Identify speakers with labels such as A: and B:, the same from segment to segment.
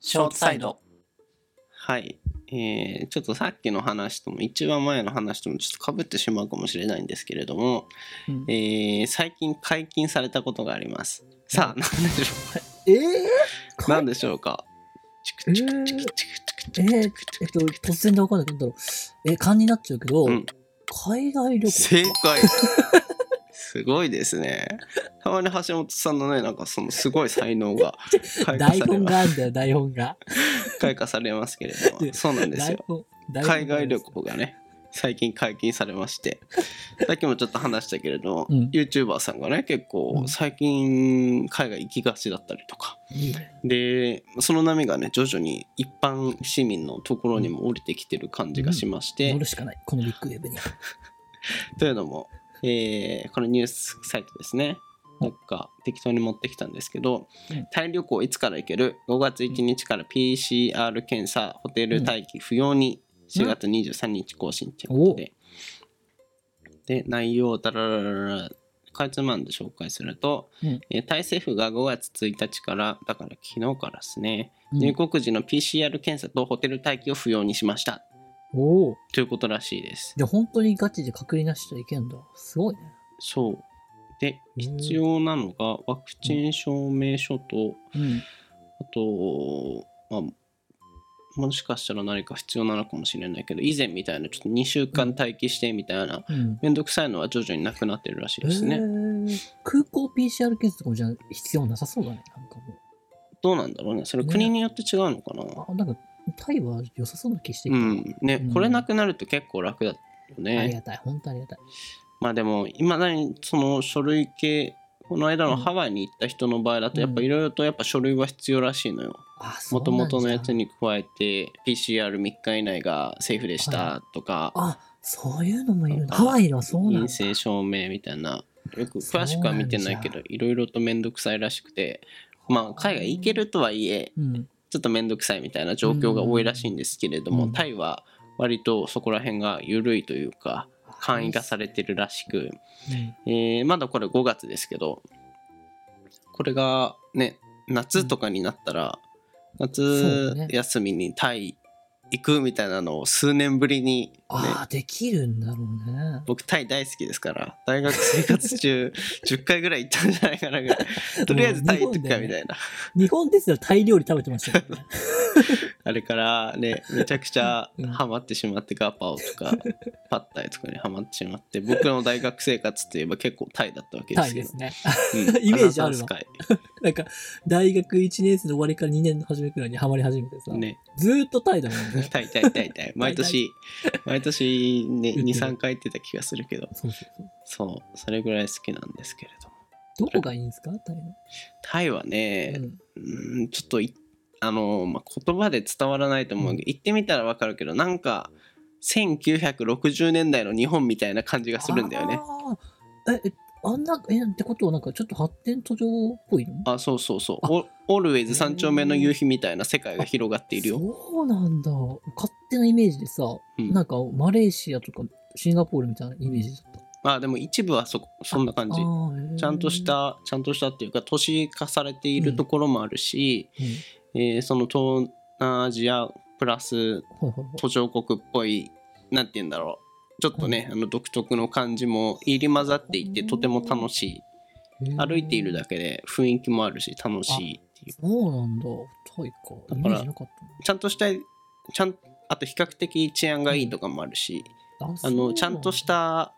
A: ショートサイド。
B: はい。えーちょっとさっきの話とも、一番前の話ともちょっとかぶってしまうかもしれないんですけれども、
A: うん
B: えー最近解禁されたことがあります。さ あ、何でしょ
A: えー
B: う何でしょうかチクチクチクチクチク
A: え
B: チク
A: ー
B: チクチ
A: え
B: ク
A: っと、突然でわかんないけど、え、勘になっちゃうけど、
B: うん
A: 海外旅行。
B: 正解すごいですね。たまに橋本さんのね、なんかそのすごい才能が開花
A: 台
B: され
A: 本
B: ます
A: があるんだよ、台本が。
B: 開花されますけれども、そうなんです
A: 台
B: よ。
A: 本。台本がある
B: 海外旅行がね最近解禁されましてさっきもちょっと話したけれども、
A: うん
B: YouTuber さんがね結
A: う
B: 構
A: ん
B: 最近海外行きがちだったりとか
A: いい
B: でその波がね徐々に一般市民のところにも降りてきてる感じがしまして、
A: 乗るしかない、このビッグウェブには。
B: というのも、えーこのニュースサイトですねなんか適当に持ってきたんですけど、
A: うん
B: タイ旅行いつから行ける5月1日から PCR 検査ホテル待機不要に
A: うん
B: 4月23日更新ということで、で内容をだらららららかいつまんで紹介すると、
A: うん
B: えータイ政府が5月1日からだから昨日からですね、
A: うん
B: 入国時の PCR 検査とホテル待機を不要にしました
A: おお。
B: ということらしいです
A: じゃあ本当にガチで隔離なしちゃいけんだ。すごいね。
B: そう。で、
A: うん
B: 必要なのがワクチン証明書と、
A: うん。
B: あと、まあ、もしかしたら何か必要なのかもしれないけど、以前みたいな、ちょっと2週間待機してみたいな、
A: うん。
B: めんどくさいのは徐々になくなってるらしいです
A: え
B: ね。
A: ー空港 PCR 検査とかもじゃあ必要なさそうだね。なんかも
B: どうなんだろうね。それ
A: ね
B: 国によって違うのかな。
A: う。あ、なんか、タイは良さそうな気してき
B: う
A: た。
B: ん。ね
A: うん、
B: これなくなると結構楽だよ
A: あり
B: ね。
A: がたい。本当ありがたい。
B: まあでも、いまだにその書類系、この間のハワイに行った人の場合だと、やっぱいろいろとやっぱ書類は必要らしいのよ。
A: あ、そう
B: も
A: なんじ
B: と
A: ゃ
B: もとのやつに加えて PCR3 日以内がセーフでし
A: は
B: たとか、
A: あ、そういうのもいるんだ。
B: あ
A: ハワイはそうなん
B: 陰
A: だ。
B: 性証明みたいなよく
A: そう
B: 詳
A: なんじゃ
B: しくは見てないけどいろいろと面倒くさいらしくてまあ海外行けるとはいえ
A: うん。
B: ちょっと面倒くさいみたいな状況が多いらしいんですけれども、
A: うん
B: タイは割とそこら辺が緩いというか簡易化されてるらしく、
A: うん。
B: えーまだこれ5月ですけどこれがね夏とかになったら、
A: そうね
B: 夏休みにタイ行くみたいなのを数年ぶりに、ね、
A: ああ、できるんだろうね。
B: 僕タイ大好きですから大学生活中10回ぐらい行ったんじゃないかなぐらいとりあえずタイ行っとくかみたいな、
A: 日本ですらタイ料理食べてましたよね。
B: あれからねめちゃくちゃ
A: うん
B: ハマってしまってガパオとかパッタイとかにハマってしまって僕の大学生活といえば結構タイだったわけで
A: タイ
B: すけ
A: で
B: ど
A: すね。
B: うん
A: イメージ
B: ア
A: あるわ
B: ナザスカイ
A: なんか、大学1年生の終わりから2年の初めくらいにハマり始めてさ、
B: ね
A: ずーっとタイだもんね。
B: 痛い痛い痛い痛い毎年毎年ね
A: 言ってる
B: 23回行ってた気がするけど
A: そうそうそう。
B: そうそれぐらい好きなんですけれども
A: どこがいいんですかタイの。
B: タイはね
A: うん
B: うーんちょっといあの、まあ、言葉で伝わらないと思うけど、行ってみたらわかるけどなんか1960年代の日本みたいな感じがするんだよね
A: あーえ、えあんな、え、ってことはなんかちょっと発展途上っぽいの
B: あそうそうそう
A: あ
B: オオルウェイズ三丁目の夕日みたいな世界が広がっているよ
A: そうなんだ。勝手なイメージでさ、
B: うん
A: なんかマレーシアとかシンガポールみたいなイメージだった。
B: まあでも一部はそそんな感じちゃんとし、たちゃんとしたっていうか都市化されているところもあるし、
A: うんはい
B: えーその東南アジアプラス
A: はいはい
B: 途上国っぽいなんて言うんだろうちょっとね、あの独特の感じも入り混ざっていてとても楽し
A: へ
B: い
A: ー
B: 歩いているだけで雰囲気もあるし楽しいっていう
A: そうなんだ。タイか。
B: だ
A: イ
B: か
A: メ
B: ら
A: ージなかったな
B: ちゃんとしたちゃんあと比較的治安がいいとかもあるし、あのちゃんとし、た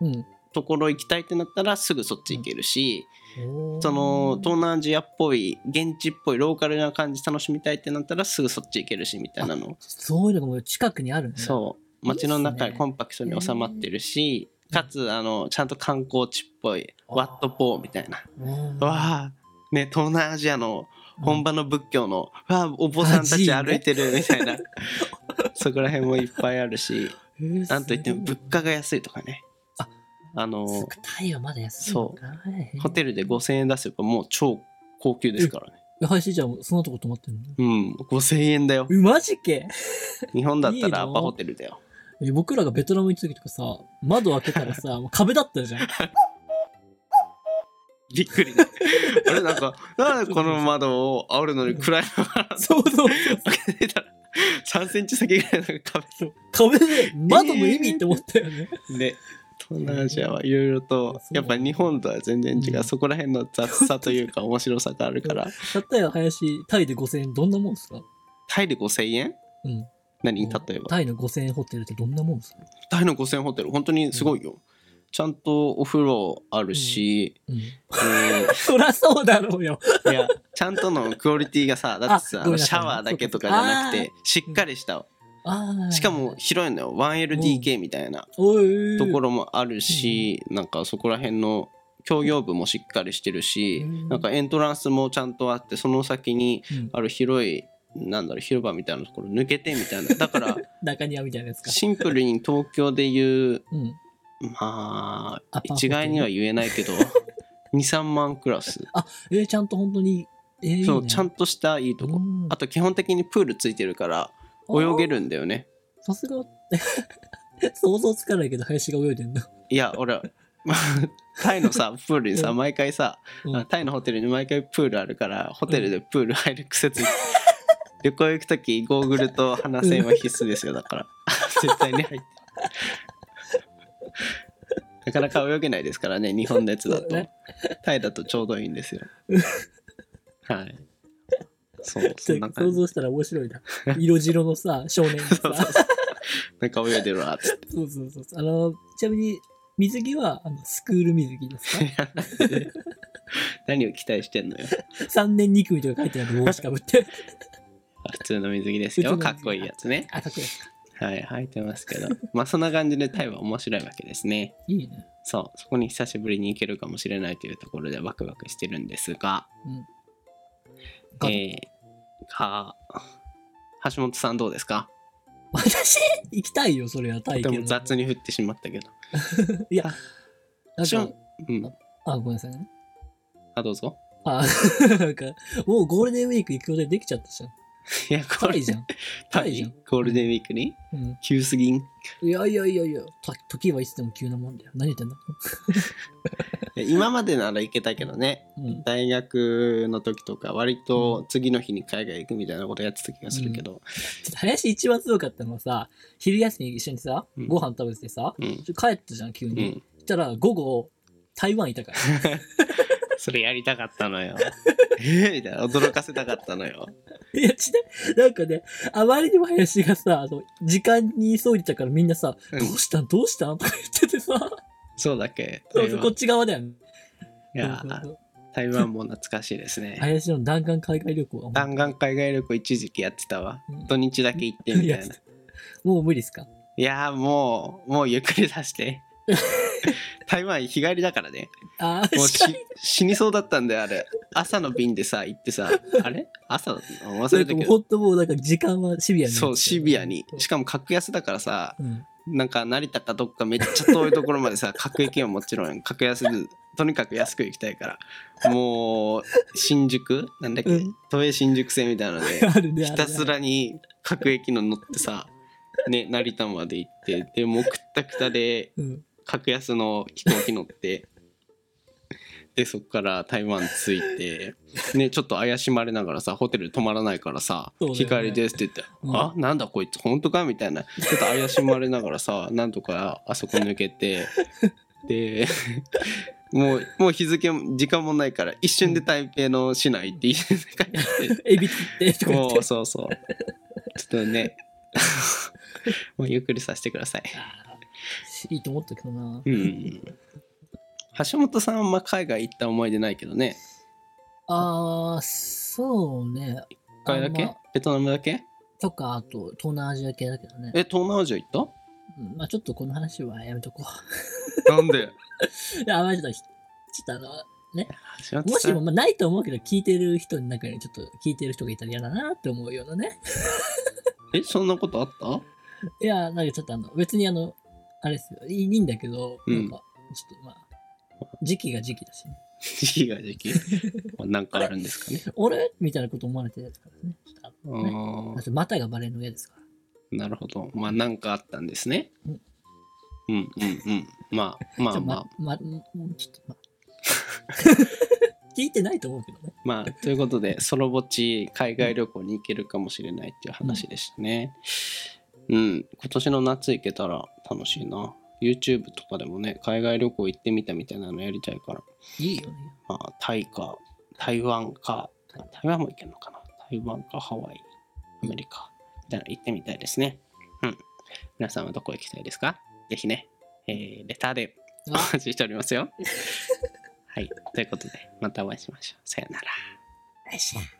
A: そうなんだ
B: ところ行きたいってなったらすぐそっち行けるし、
A: うん、
B: その東
A: み
B: 南アジアっぽい現地っぽいローカルな感じ楽しみたいってなったらすぐそっち行けるしみたいなの
A: そういうのがもう近くにあるね。
B: そう
A: いいっ
B: 街
A: すね
B: の中にコンパクトに収まってるし、
A: うん
B: かつあのちゃんと観光地っぽい
A: あー
B: ワットポーみたいな
A: うん。
B: わあね東南アジアの
A: うん
B: 本場の仏教の、わあお坊さんたち
A: あ
B: 歩いてるみたい な、そこら辺もいっぱいあるし
A: へー
B: なんといっても
A: す
B: 物価が安いとかね
A: あ
B: あの
A: ごいタイはまだ安いのか。
B: ホテルで5000円出せばもう超高級ですからね
A: ル。配信じゃあそのとこ泊まってるの
B: うん5000円だよ
A: うマジけ
B: 日本だったら
A: い
B: ア
A: いの
B: パホテルだよ
A: え僕らがベ トナム行った時とかさ、窓開けたらさ、もう壁だったじゃん。
B: びっくりねあれなんかなんでこの窓を煽るのに暗いのかな
A: そうそうそう。
B: 開けてたら3セン チ先ぐらいの壁
A: 壁で窓の意味って思ったよね。
B: で東南アジアはいろいろとやっぱ日本とは全然違う、
A: うん
B: そこら辺の雑さという か面白さがあるから
A: 例えば林、タイで5000円どんなもんですか
B: タイで5000円
A: うん。
B: 何例えば
A: タイの5000円ホテルってどんなもんですか
B: タイの5000ホテル本当にすごいよ、ちゃんとお風呂あるし、
A: うん。
B: え
A: そらそうだろうよ。
B: ーいやちゃんとのクオリティがさだってさ
A: あ
B: あ
A: ご
B: の
A: めんな
B: シ
A: さい
B: ャワーだけとかじゃなく
A: そう
B: てしっかりした、
A: ああ。
B: しかも、広いのよ 1LDK みたいな
A: おい。
B: ところもあるし、なんかそこら辺の協業部もしっかりしてるし、
A: うん
B: なんかエントランスもちゃんとあってその先に
A: うん、
B: ある広いなんだろう広場みたいなところ抜けてみ たいなだから
A: 中庭みたいなやつか。
B: シンプルに東京で言う
A: うん。
B: ま
A: ア
B: あ
A: パホテル
B: 一概には言えないけ ど23万クラス
A: えーちゃんと本当に、えー、
B: そうちゃん
A: と
B: としたいいとこ
A: うん
B: あと基本的にプールついてるから泳げるんだよね
A: さすが。 想像つかないけど、林が泳いでんの。
B: いや俺 タイのさプールにさ
A: うん
B: 毎回さ
A: うん
B: あタイのホテルに毎回プールあるからホテルでプール入る癖 ついて旅行行く時ゴーグルと鼻栓は必須ですよだから 絶対に入ってなかなか泳げないですからね日本のやつだ
A: そ
B: と
A: うだね
B: タイだとちょうどいいんです よ
A: うん
B: はいそうそんな
A: 想
B: 感じ
A: 像したら面白いな。色白の さ、少年がさ。
B: そうそうなんか泳いでるわっつ って
A: そうそうそうそう。あの、ちなみに、水着は、あのスクール水着です か
B: 何を期待してんのよ
A: ?3 年2組とか書いてある帽子かぶって。
B: 普通の水着ですよ
A: 普通の水着
B: かっこいいやつね
A: あ、かっこいいですか。
B: はい入ってますけどまあそんな感じでタイは面白いわけですね
A: いいね。
B: そう、そこに久しぶりに行けるかもしれないというところでワクワクしてるんですが、
A: が
B: えーが橋本さんどうですか
A: 私、行きたいよ、それは、体
B: で
A: 験
B: も雑に振ってしまったけど。
A: いや、なん
B: し
A: か
B: ょ、うん、
A: あ、ごめんなさいね。
B: あ、どうぞ。
A: あ、 なんか、もうゴールデンウィーク行く予定できちゃったじゃん。
B: いや、こ
A: タ
B: れ
A: イじゃん。
B: タ
A: タイじゃ
B: イ
A: ん
B: ゴールデンウィークに
A: うん。
B: 急すぎん。
A: いやいやいやいや、と時はいつでも急なもんだよ。何言ってんだ、
B: 今までなら行けたけどね、
A: うん、
B: 大学の時とか、割と次の日に海外行くみたいなことやってた気がするけど、
A: ちょっと林一番強かったのはさ、昼休み一緒にさ
B: う、ん
A: ご飯食べててさ、
B: うん、
A: ちょ帰ったじゃん、急
B: う
A: に。
B: ん、
A: そしたら、午後、台湾いたから。
B: それやりたかったのよ。えーみたいな、驚かせたかったのよ。
A: いや、ちな、なんかね、あまりにも林がさ、あの時間に急いでたからみんなさ、
B: うん
A: どうしたんどうしたんとか言っててさ、
B: そうだっけ
A: そう
B: 台
A: そう
B: 湾
A: こっち側だよね。
B: いや
A: そうそう
B: ー
A: そう
B: 台湾も懐かしいですね。
A: 林の弾丸海外旅行はもう
B: 弾丸海外旅行一時期やってたわ
A: うん。
B: 土日だけ行ってみたい
A: い
B: な
A: や。もう無理っすか
B: いやーもう、もうゆっくりさ して。台湾日帰りだからね。
A: ああ、
B: もう
A: し
B: し
A: かり
B: 死にそうだったんだよ、あれ。朝の便でさ、行ってさ、あれ朝だったの忘
A: そ
B: れ
A: れ
B: た
A: と
B: け
A: も
B: ど。
A: ほんともうなんか時間はシビアになっちゃ
B: そう、シビアに。し
A: か
B: かも格安だからさ、
A: も、うん
B: なんか成田かどっかめっちゃ遠いところまでさ 各駅はもちろん格安でとにかく安く行きたいからもう新宿なんだっけ、
A: うん
B: 都営新宿線みたいなので
A: あるね。
B: ひたすらに各駅の乗ってさ、ね、成田まで行ってでもうくったくたで
A: あるね。うん。
B: 格安の飛行機乗っ てでそっから台湾着いて、ね、ちょっと怪しまれながらさホテル泊まらないからさ「
A: そうだよね
B: 日帰りです」って言って「
A: うん
B: あなんだこいつ本当か?」みたいなちょっと怪しまれながらさ なんとかあそこ抜けてで もうもう日付も時間もないから一瞬で台北の市内行って家に 帰って
A: エビ切ってとか言っ
B: もう
A: て。
B: そうそうちょっとね もうゆっくりさせてください。
A: あーいいと思ったけどな。
B: うん橋本さんはあんま海外行った思い出ないけどね。
A: ああ、そうね。
B: 一回だけ、
A: あんま
B: ベトナムだけ
A: とか、あと、東南アジア系だけどね。
B: え、東南アジア行っ
A: うんまあちょっとこの話はやめとこ
B: たなんで
A: う。い や、まあちょっとひ、ちょっとあの、
B: 橋本
A: も
B: さ
A: し
B: ん
A: も、まあ、ないと思うけど、聞いてる人の中にちょっと聞いてる人がいたら嫌だなって思うようなね。
B: え、そんなことあった
A: いや、なんかちょっとあの、別にあの、あれですよ。いいいいんだけど、
B: うん
A: なんか、ちょっとまあ、時期が時期だし、ね、
B: 時期が 時期。まあなんかあるんですかね。
A: 俺みたいなこと思われてるからね。ちょっとあ
B: う
A: のねだ
B: ー
A: ってまたがバレるの嫌ですから。
B: んなるほど。まあなんかあったんですね
A: うん。
B: うんうんうん。まあまあまあ。
A: ま、ま、ちょっとま、 聞いてないと思うけどね。
B: まあ、ということで、ソロぼっち海外旅行に行けるかもしれないっていう話でしたね。うん、今年の夏行けたら楽しいな。YouTube とかでもね、海外旅行行ってみたみたいなのやりたいから、
A: いいよね。
B: まあ、タイか、台湾か、台湾も行けるのかな。台湾か、ハワイ、アメリカ、みたいなの行ってみたいですね。うん。皆さんはどこ行きたいですかぜひね、えーレターでお待ちしておりますよ。はい、ということで、またお会いしましょう。さよなら。
A: よいしょ。